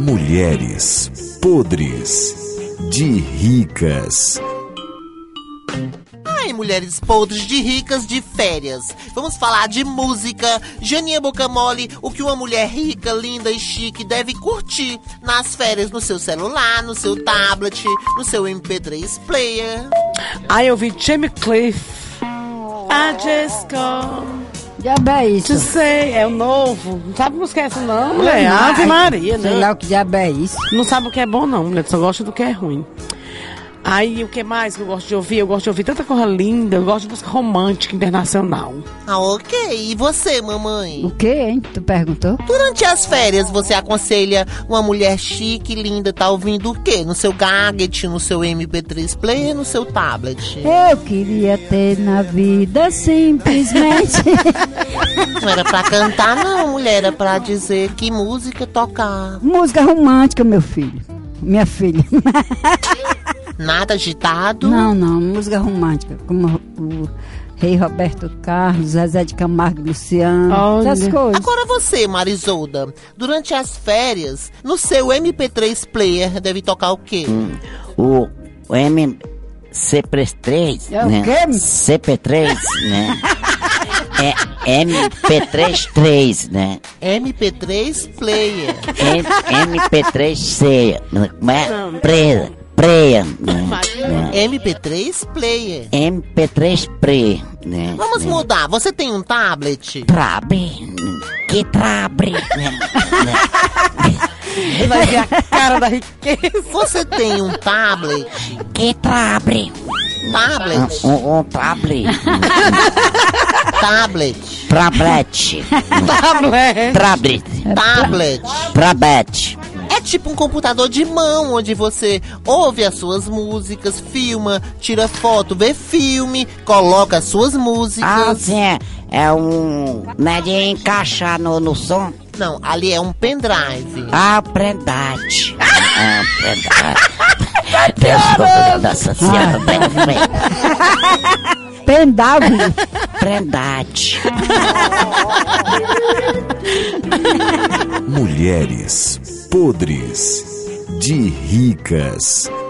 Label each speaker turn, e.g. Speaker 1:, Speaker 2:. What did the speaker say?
Speaker 1: Mulheres podres de ricas.
Speaker 2: Ai, mulheres podres de ricas de férias. Vamos falar de música, Janinha Bocamole, o que uma mulher rica, linda e chique deve curtir nas férias no seu celular, no seu tablet, no seu MP3 player.
Speaker 3: Ai, eu vi Jamie Cliff. I just come
Speaker 4: Diabo é isso?
Speaker 3: to say. É o novo. Não sabe que música é essa, não, mulher? Ave Maria,
Speaker 4: é. Sei lá
Speaker 3: né?
Speaker 4: o que diabo é isso.
Speaker 3: Não sabe o que é bom, não, mulher. Só gosta do que é ruim. Aí, o que mais que eu gosto de ouvir? Eu gosto de ouvir tanta coisa linda. Eu gosto de música romântica internacional.
Speaker 2: Ah, ok. E você,
Speaker 4: O
Speaker 2: mamãe?
Speaker 4: que, hein? Tu perguntou?
Speaker 2: Durante as férias, você aconselha uma mulher chique, linda, tá ouvindo o quê? No seu gadget, no seu MP3 player, no seu tablet?
Speaker 4: Eu queria ter na vida simplesmente.
Speaker 2: Não era pra cantar, não, mulher. Era pra dizer que música tocar.
Speaker 4: Música romântica, meu filho. Minha filha.
Speaker 2: Nada agitado.
Speaker 4: Não, não, música romântica. Como o Rei Roberto Carlos, Zezé de Camargo e Luciano,
Speaker 3: Olha.
Speaker 4: essas coisas.
Speaker 2: Agora você, Marisolda, durante as férias, no seu MP3 player deve tocar o quê?
Speaker 5: o M CP3,
Speaker 4: É o
Speaker 5: né?
Speaker 4: quê?
Speaker 5: CP3, né? É MP3-3, né?
Speaker 2: MP3 player.
Speaker 5: M- MP3-C, né? como é? Preia, preia, né? né?
Speaker 2: MP3 player.
Speaker 5: MP3-Pre, né?
Speaker 2: Vamos
Speaker 5: né?
Speaker 2: mudar. Você tem um tablet?
Speaker 5: Trabe, que trabe, né?
Speaker 3: Ele vai ver a cara da riqueza.
Speaker 2: Você tem um tablet?
Speaker 5: que trabe,
Speaker 2: Tablet?
Speaker 5: um, um trabe,
Speaker 2: Tablet?
Speaker 5: trabete,
Speaker 3: Tablet.
Speaker 5: trabete,
Speaker 2: Tablet?
Speaker 5: trabete.
Speaker 2: É tipo um computador de mão, onde você ouve as suas músicas, filma, tira foto, vê filme, coloca as suas
Speaker 5: Ah,
Speaker 2: músicas.
Speaker 5: sim, é, é um. Não é de encaixar no, no som?
Speaker 2: Não, ali é um pendrive.
Speaker 5: Ah, prendade. Ah, prendade. Desculpa, nossa senhora, pre-
Speaker 4: Pendável.
Speaker 5: pre- prendade.
Speaker 1: Mulheres podres de ricas.